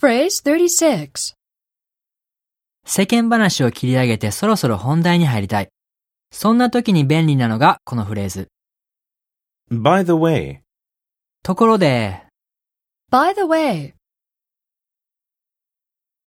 Phrase 36. 世間話を切り上げてそろそろ本題に入りたい。そんな時に便利なのがこのフレーズ。 By the way, ところで、 By the way,